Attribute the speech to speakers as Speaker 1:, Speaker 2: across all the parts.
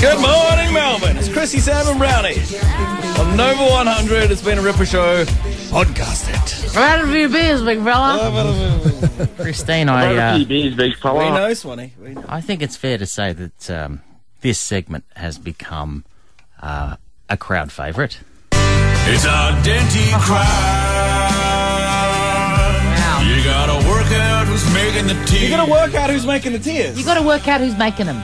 Speaker 1: Good morning, Melbourne. It's Chrissy, Sam, and Brownie on Nova 100. It's been a Ripper Show podcast. It.
Speaker 2: Right a few beers, big fella. Christine, I, uh,
Speaker 1: We know, Swanee. We know.
Speaker 2: I think it's fair to say that um, this segment has become uh, a crowd favourite.
Speaker 3: It's a denty crowd. You gotta work out who's making the tea.
Speaker 1: You gotta work out who's making the tears.
Speaker 4: You got to work out who's making them.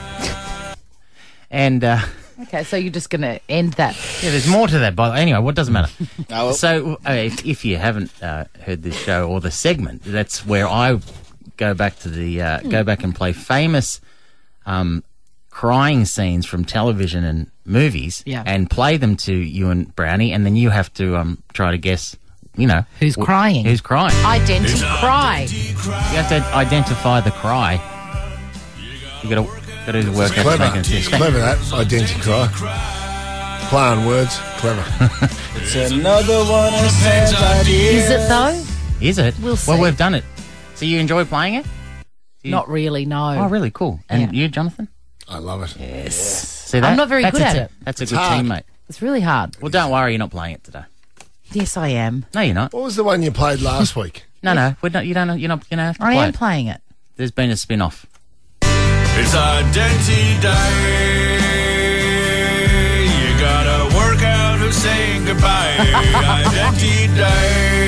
Speaker 2: And uh,
Speaker 4: Okay, so you're just going to end that.
Speaker 2: yeah, there's more to that. But anyway, what doesn't matter.
Speaker 1: Oh, well.
Speaker 2: So uh, if, if you haven't uh, heard this show or the segment, that's where I go back to the uh,
Speaker 4: Hmm.
Speaker 2: go back and play famous um, crying scenes from television and movies,
Speaker 4: Yeah.
Speaker 2: and play them to you and Brownie, and then you have to um, try to guess. You know
Speaker 4: Who's
Speaker 2: wh-
Speaker 4: crying.
Speaker 2: Who's crying?
Speaker 4: Identity cry.
Speaker 2: You have to identify the cry. You got to got to work out
Speaker 5: Clever.
Speaker 2: to make it.
Speaker 5: Clever that. Identity cry. Play on words. Clever.
Speaker 1: It's another one of Sam's ideas.
Speaker 4: Is it though?
Speaker 2: Is it?
Speaker 4: We'll see.
Speaker 2: Well, we've done it. So you enjoy playing it?
Speaker 4: Not really, no.
Speaker 2: Oh, really? Cool. And you, Jonathan?
Speaker 5: I love it.
Speaker 2: See that?
Speaker 4: not very
Speaker 2: That's
Speaker 4: good
Speaker 2: a
Speaker 4: at
Speaker 2: te-
Speaker 4: it.
Speaker 2: That's a good
Speaker 5: hard.
Speaker 2: teammate.
Speaker 4: It's really hard.
Speaker 2: Well, don't worry, you're not playing it today.
Speaker 4: Yes, I am.
Speaker 2: No, you're not.
Speaker 5: What was the one you played last week?
Speaker 2: No, no, we're not. You don't. You're not going to have to
Speaker 4: I
Speaker 2: play
Speaker 4: am
Speaker 2: it.
Speaker 4: playing it.
Speaker 2: There's been a spin-off.
Speaker 3: It's a denty day. You gotta work out who's saying goodbye. Identity day.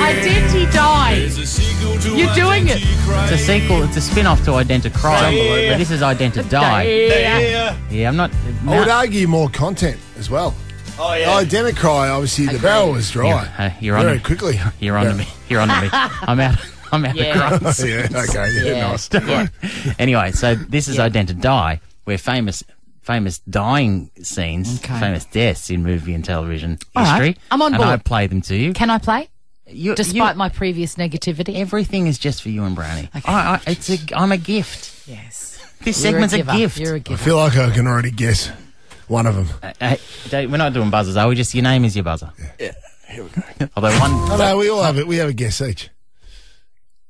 Speaker 4: Identity die.
Speaker 3: It's a sequel to
Speaker 4: You're doing it.
Speaker 3: Identity Cry.
Speaker 2: It's a sequel. It's a spin-off to Identi Crime,
Speaker 1: Unbelievable.
Speaker 2: but this is Identi Die.
Speaker 4: Yeah.
Speaker 1: Yeah.
Speaker 2: Yeah, I'm not.
Speaker 5: I would
Speaker 2: no.
Speaker 5: argue more content as well.
Speaker 1: Oh, yeah.
Speaker 5: Identity cry. Obviously, the barrel was dry.
Speaker 2: You're- uh, you're on
Speaker 5: Very
Speaker 2: it.
Speaker 5: quickly.
Speaker 2: You're on to me. You're on to me. I'm out. I'm out
Speaker 4: Yeah.
Speaker 2: of crumbs.
Speaker 5: yeah. Okay. Yeah. Nice.
Speaker 2: Yeah. anyway, so this is Identi Die, where famous famous dying scenes,
Speaker 4: Okay.
Speaker 2: famous deaths in movie and television
Speaker 4: All right.
Speaker 2: history.
Speaker 4: I'm on
Speaker 2: and
Speaker 4: board.
Speaker 2: I play them to you.
Speaker 4: Can I play?
Speaker 2: you
Speaker 4: Despite
Speaker 2: you-
Speaker 4: my previous negativity.
Speaker 2: everything is just for you and Brownie. I, I, it's a, I'm a gift.
Speaker 4: Yes.
Speaker 2: This
Speaker 4: You're
Speaker 2: segment's a,
Speaker 4: giver.
Speaker 2: gift.
Speaker 4: You're a
Speaker 5: I
Speaker 4: giver.
Speaker 5: feel like I can already guess one of them.
Speaker 2: Uh, Dave, we're not doing buzzers, are we? Just your name is your buzzer. Yeah. Here we go. Although one,
Speaker 5: Oh, no, we all have it. We have a guess each.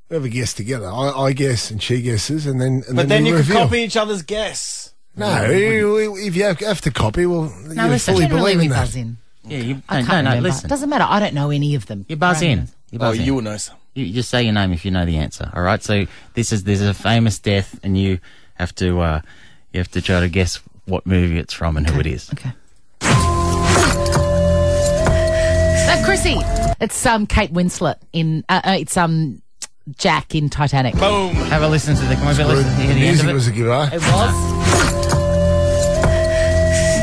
Speaker 5: We have a guess together. I, I guess and she guesses, and then and
Speaker 1: But then
Speaker 5: we
Speaker 1: you can
Speaker 5: reveal.
Speaker 1: copy each other's guess.
Speaker 5: No, we- we- if you have, have to copy, well,
Speaker 2: No,
Speaker 5: you
Speaker 2: listen,
Speaker 5: fully
Speaker 4: Generally,
Speaker 5: believe
Speaker 4: we
Speaker 5: in that.
Speaker 4: buzz in.
Speaker 2: yeah, you,
Speaker 4: I
Speaker 2: no,
Speaker 4: can't
Speaker 2: no, no,
Speaker 4: remember.
Speaker 2: listen.
Speaker 4: Doesn't matter. I don't know any of them.
Speaker 2: You buzz
Speaker 4: Right.
Speaker 2: in. Oh, You buzz in.
Speaker 1: Oh, will know some.
Speaker 2: You just say your name if you know the answer. All right. So this is this is a famous death, and you have to uh, you have to try to guess what movie it's from and who it is.
Speaker 4: Okay. Uh, Chrissy, it's um Kate Winslet in uh, uh, it's um Jack in Titanic.
Speaker 1: Boom.
Speaker 2: Have a listen to the. Can we have a listen to
Speaker 5: The
Speaker 2: the end of
Speaker 5: music
Speaker 2: it? Oh
Speaker 5: was a giveaway.
Speaker 4: It was.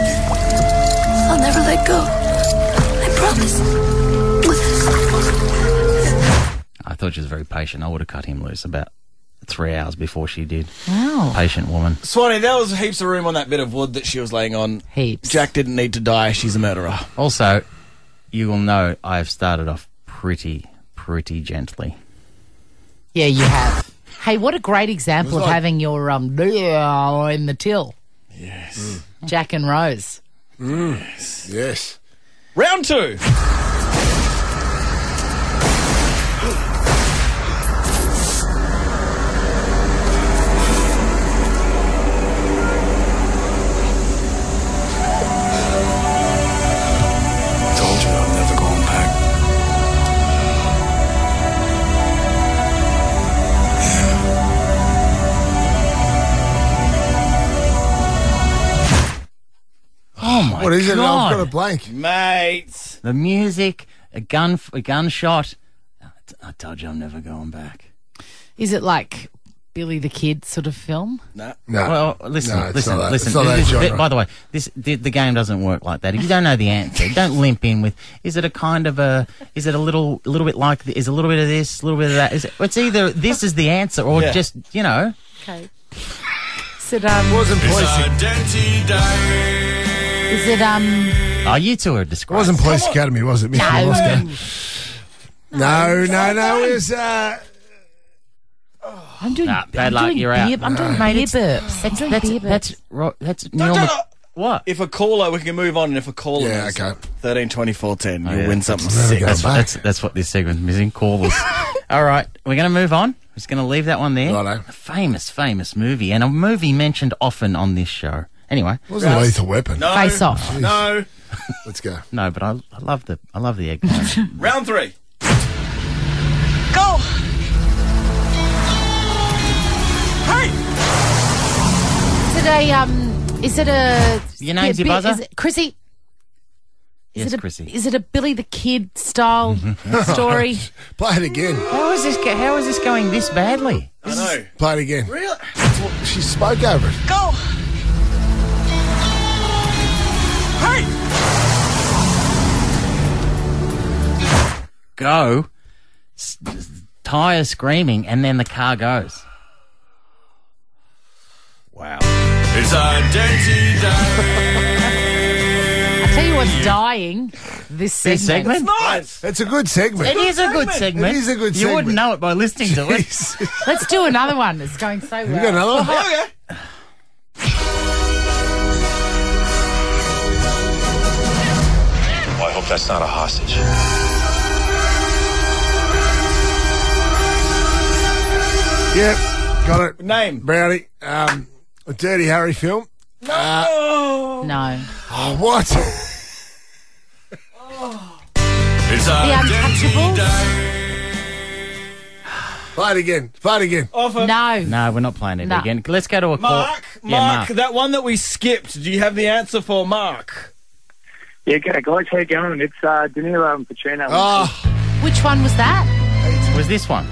Speaker 6: I'll never let go. I promise.
Speaker 2: I thought she was very patient. I would have cut him loose about three hours before she did.
Speaker 4: Wow.
Speaker 2: Patient woman.
Speaker 1: Swanee, there was heaps of room on that bit of wood that she was laying on.
Speaker 4: Heaps.
Speaker 1: Jack didn't need to die. She's a murderer.
Speaker 2: Also, you will know I've started off pretty pretty gently.
Speaker 4: Yeah, you have. Hey, what a great example of
Speaker 5: like-
Speaker 4: having your um in the till. Mm.
Speaker 1: Yes.
Speaker 4: Jack and Rose.
Speaker 5: Yes.
Speaker 1: Round two.
Speaker 3: Told you I'm never going back.
Speaker 2: Oh my
Speaker 5: What is it?
Speaker 2: God.
Speaker 5: I've got a blank.
Speaker 1: Mate.
Speaker 2: The music, a gun, a gunshot. I told you I'm never going back.
Speaker 4: Is it like Billy the Kid sort of film?
Speaker 1: No.
Speaker 5: No.
Speaker 2: Well, listen,
Speaker 5: No, it's
Speaker 2: listen,
Speaker 5: not that-
Speaker 2: listen.
Speaker 5: it's not that
Speaker 2: This- this-
Speaker 5: genre.
Speaker 2: by the way, this the, the game doesn't work like that. If you don't know the answer, don't limp in with. Is it a kind of a? Is it a little, little bit like? th- Is a little bit of this, a little bit of that? Is it, it's either this is the answer or
Speaker 1: Yeah.
Speaker 2: just you know.
Speaker 4: Okay. Is it um
Speaker 5: wasn't
Speaker 3: It's
Speaker 5: police.
Speaker 3: a denty day.
Speaker 2: uh,
Speaker 4: is it um
Speaker 2: Oh, you two are disgrace.
Speaker 5: wasn't police academy, was it, Mr.
Speaker 4: No.
Speaker 5: Oscar? No, no, no. It was. Uh,
Speaker 4: I'm doing
Speaker 2: Nah, bad
Speaker 4: I'm
Speaker 2: luck,
Speaker 4: doing
Speaker 2: you're out.
Speaker 4: beer- I'm doing beer burps. I'm doing
Speaker 2: that's
Speaker 4: beer
Speaker 2: that's
Speaker 4: burps.
Speaker 2: ro- that's normal.
Speaker 1: no.
Speaker 2: What?
Speaker 1: If a caller, we can move on. And if a caller
Speaker 5: Yeah,
Speaker 1: is
Speaker 5: okay. Oh,
Speaker 1: 13, 20, 14, you'll
Speaker 2: yeah.
Speaker 1: win something
Speaker 5: There we
Speaker 1: sick.
Speaker 5: go.
Speaker 2: That's,
Speaker 5: back.
Speaker 2: that's that's what this segment's missing. Callers. All right, we're going to move on. just going to leave that one there.
Speaker 5: Righto.
Speaker 2: A famous, famous movie, and a movie mentioned often on this show. Anyway,
Speaker 5: Wasn't a lethal weapon.
Speaker 1: No.
Speaker 4: Face off.
Speaker 1: No.
Speaker 5: Let's go.
Speaker 2: no, but I, I love the I love the eggplant.
Speaker 1: Round three.
Speaker 6: Go!
Speaker 4: Is it a um? Is it a?
Speaker 2: Your name's
Speaker 4: a
Speaker 2: your
Speaker 4: bit-
Speaker 2: buzzer?
Speaker 4: Is it, Chrissy. Is
Speaker 2: Yes,
Speaker 4: it a,
Speaker 2: Chrissy. Mm-hmm.
Speaker 4: Is it a Billy the Kid style story?
Speaker 5: Play it again.
Speaker 2: how is this? go- How is this going this badly?
Speaker 1: I know.
Speaker 5: Play it again.
Speaker 1: Really?
Speaker 5: She spoke over it.
Speaker 6: Go!
Speaker 2: Go, S- tire screaming, and then the car goes.
Speaker 1: Wow.
Speaker 3: It's identity
Speaker 4: I tell you what's dying. This segment.
Speaker 2: This segment.
Speaker 1: Nice.
Speaker 5: It's a good segment.
Speaker 2: It is a good segment.
Speaker 5: It is a good
Speaker 2: You wouldn't
Speaker 5: segment.
Speaker 2: know it by listening to it.
Speaker 4: Let's do another one. It's going so well.
Speaker 5: You got another one?
Speaker 1: Okay.
Speaker 7: Well, I hope that's not a hostage.
Speaker 5: Yep. Got it.
Speaker 1: Name.
Speaker 5: Brownie. Um, a Dirty Harry film.
Speaker 1: Oh.
Speaker 4: No.
Speaker 5: Oh, what?
Speaker 3: It's
Speaker 4: The
Speaker 3: identity
Speaker 4: Untouchables.
Speaker 5: Play it again. Play it again.
Speaker 1: Offer.
Speaker 4: No.
Speaker 2: No, we're not playing it
Speaker 4: No.
Speaker 2: again. Let's go to a call.
Speaker 1: Mark,
Speaker 2: Yeah,
Speaker 1: Oh, Mark, that one that we skipped. Do you have the answer for Mark?
Speaker 8: Yeah, g'day guys, how you going? It's uh, De Niro and Pacino.
Speaker 5: Oh,
Speaker 4: Which one was that?
Speaker 2: Was this one?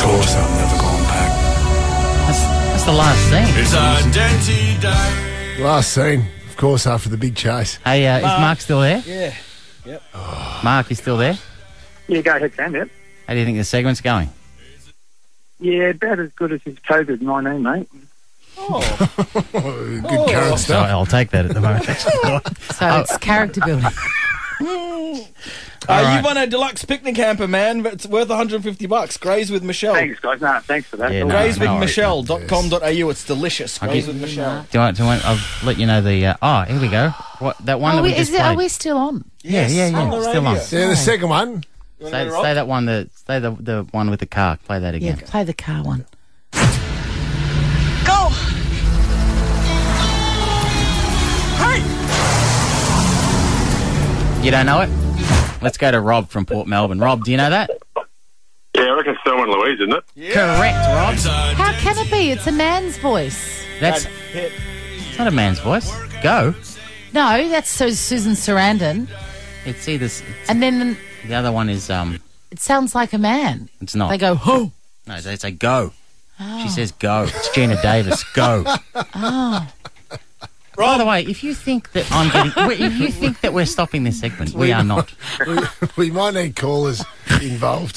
Speaker 3: Tours I'm never going back.
Speaker 2: That's, that's the last scene.
Speaker 3: It's identity
Speaker 5: last scene, of course, after the big chase.
Speaker 2: Hey, uh, is Mark still there?
Speaker 1: Yeah.
Speaker 2: Mark, you still there?
Speaker 8: Yeah, go ahead, Sam, yep.
Speaker 2: How do you think the segment's going?
Speaker 8: Yeah, about as good as his COVID-19, mate.
Speaker 1: Oh.
Speaker 5: Good
Speaker 1: Oh.
Speaker 5: current
Speaker 2: So
Speaker 5: stuff.
Speaker 2: I'll take that at the moment.
Speaker 4: So
Speaker 2: Oh.
Speaker 4: it's character building.
Speaker 1: Hmm. Uh,
Speaker 2: right.
Speaker 1: You won a deluxe picnic hamper, man. but It's worth 150 bucks. Graze with Michelle.
Speaker 8: Thanks, guys. No, thanks for that.
Speaker 2: Yeah,
Speaker 8: All
Speaker 2: no,
Speaker 8: right.
Speaker 1: Graze with
Speaker 2: no,
Speaker 1: Michelle.com.au. It's delicious.
Speaker 2: I'll
Speaker 1: Graze
Speaker 2: get-
Speaker 1: with Michelle.
Speaker 2: do I? Do I? I'll let you know the. Uh, oh, here we go. What that one
Speaker 4: Are
Speaker 2: that
Speaker 4: Oh, we,
Speaker 2: we just
Speaker 4: is it, are
Speaker 2: played.
Speaker 4: we still on?
Speaker 2: yeah, yeah, yeah.
Speaker 1: on the
Speaker 2: still on.
Speaker 1: radio.
Speaker 2: Say,
Speaker 5: Yeah, the second one.
Speaker 1: You wanna
Speaker 2: say
Speaker 1: go to rock?
Speaker 2: that one. The say the the one with the car. Play that
Speaker 4: Yeah,
Speaker 2: again.
Speaker 4: play the car one.
Speaker 6: Go!
Speaker 2: You don't know it? Let's go to Rob from Port Melbourne. Rob, do you know that?
Speaker 9: Yeah, I reckon it's Thelma and Louise, isn't it?
Speaker 2: Correct, Rob.
Speaker 4: How can it be? It's a man's voice.
Speaker 2: That's
Speaker 1: Hit.
Speaker 2: it's not a man's voice. Go.
Speaker 4: No, that's so Susan Sarandon.
Speaker 2: It's either s- it's-
Speaker 4: And then
Speaker 2: the other one is um.
Speaker 4: it sounds like a man.
Speaker 2: It's not.
Speaker 4: They go, Oh. ho.
Speaker 2: No, they say go. She says go. It's Gina Davis. Go.
Speaker 4: Oh.
Speaker 2: By the way, if you think that I'm getting, if you think that we're stopping this segment, we are not.
Speaker 5: We might need callers involved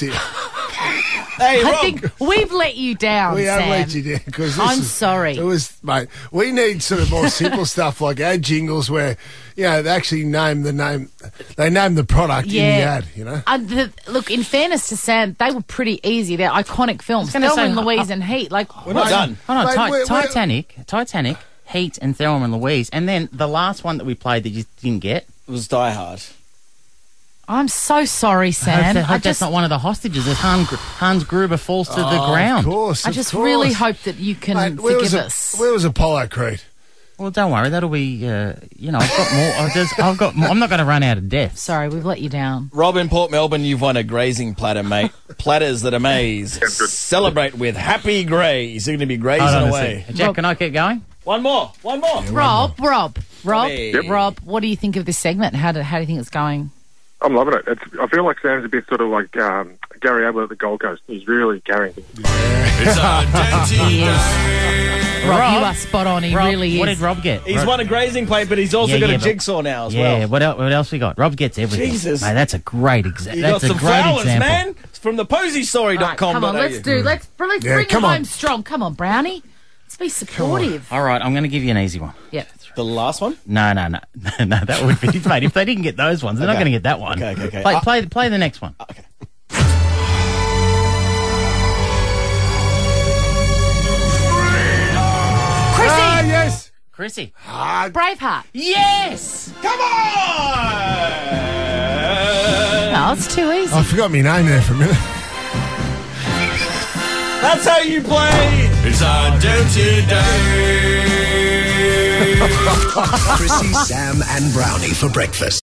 Speaker 5: here.
Speaker 1: Hey, Rob.
Speaker 4: I think we've let you down,
Speaker 5: We
Speaker 4: Sam.
Speaker 5: have let you down because
Speaker 4: I'm sorry.
Speaker 5: It was, mate. We need sort of more simple stuff like ad jingles where, you know, they actually name the name, they name the product in the
Speaker 4: Yeah.
Speaker 5: ad. You know,
Speaker 4: Uh, the, look, in fairness to Sam, they were pretty easy. They're iconic films.
Speaker 2: gonna
Speaker 4: Thelma
Speaker 2: say,
Speaker 4: and
Speaker 2: uh,
Speaker 4: Louise and Heat. Like,
Speaker 1: We're not done.
Speaker 2: Oh no,
Speaker 5: Mate,
Speaker 2: Ti-
Speaker 5: we're- we're-
Speaker 2: Titanic, Titanic, Heat, and Thelma and Louise, and then the last one that we played that you didn't get.
Speaker 1: It was Die Hard.
Speaker 4: I'm so sorry,
Speaker 2: I hope,
Speaker 4: Sam.
Speaker 2: that- hope
Speaker 4: I
Speaker 2: that's
Speaker 4: just, Oh,
Speaker 2: not one of the hostages. As Hans, Gr- Hans Gruber falls to the ground.
Speaker 5: Of course,
Speaker 4: I
Speaker 5: of
Speaker 4: just
Speaker 5: course.
Speaker 4: really hope that you can
Speaker 5: Mate, where was
Speaker 4: forgive
Speaker 5: a-
Speaker 4: us.
Speaker 5: Where was Apollo Creed?
Speaker 2: Well, don't worry. That'll be. Uh, you know, I've got more. I've, just, I've got. More, I'm not going to run out of deaths.
Speaker 4: Sorry, we've let you down.
Speaker 1: Rob in Port Melbourne, you've won a grazing platter, mate. Platters that amaze. Celebrate with happy graze. You're going to be grazing
Speaker 2: Hold on a
Speaker 1: away.
Speaker 2: second. Uh, Jack, can I keep going?
Speaker 1: One more. One more.
Speaker 4: Rob, Rob, Rob,
Speaker 1: Robbie. Yep.
Speaker 4: Rob. What do you think of this segment? How do how do you think it's going?
Speaker 9: I'm loving it. It's, I feel like Sam's a bit sort of like um, Gary Ablett at the Gold Coast. He's really carrying things.
Speaker 3: It's identity
Speaker 4: Rob,
Speaker 2: Rob,
Speaker 4: you are spot on. He
Speaker 2: Rob,
Speaker 4: really is.
Speaker 2: what did Rob get?
Speaker 1: He's
Speaker 2: Rob-
Speaker 1: won a grazing plate, but he's also
Speaker 2: Yeah,
Speaker 1: got
Speaker 2: yeah,
Speaker 1: a
Speaker 2: but-
Speaker 1: jigsaw now as
Speaker 2: yeah,
Speaker 1: well.
Speaker 2: what else? What else we got? Rob gets everything.
Speaker 1: Jesus.
Speaker 2: mate, that's a great example.
Speaker 1: You got
Speaker 2: That's a
Speaker 1: some
Speaker 2: great
Speaker 1: flowers,
Speaker 2: example.
Speaker 1: man. It's from the
Speaker 4: All right, come on, let's do. Let's let's
Speaker 5: Yeah,
Speaker 4: bring it
Speaker 5: come on.
Speaker 4: home strong. Come on, Brownie. Let's be supportive.
Speaker 2: All right, I'm going to give you an easy one.
Speaker 4: Yep.
Speaker 1: The last one?
Speaker 2: No, no, no, no. That would be mate. If they didn't get those ones, they're not
Speaker 1: Okay.
Speaker 2: going to get that one.
Speaker 1: Okay, okay, okay.
Speaker 2: Play,
Speaker 1: Uh,
Speaker 2: play, play the next one.
Speaker 1: Okay.
Speaker 2: Chrissy.
Speaker 5: Ah,
Speaker 4: Braveheart.
Speaker 2: Yes!
Speaker 1: Come on!
Speaker 4: Oh, it's too easy.
Speaker 5: I forgot my name there for a minute.
Speaker 1: That's how you play.
Speaker 3: It's our dirty day.
Speaker 7: Chrissy, Sam, and Brownie for breakfast.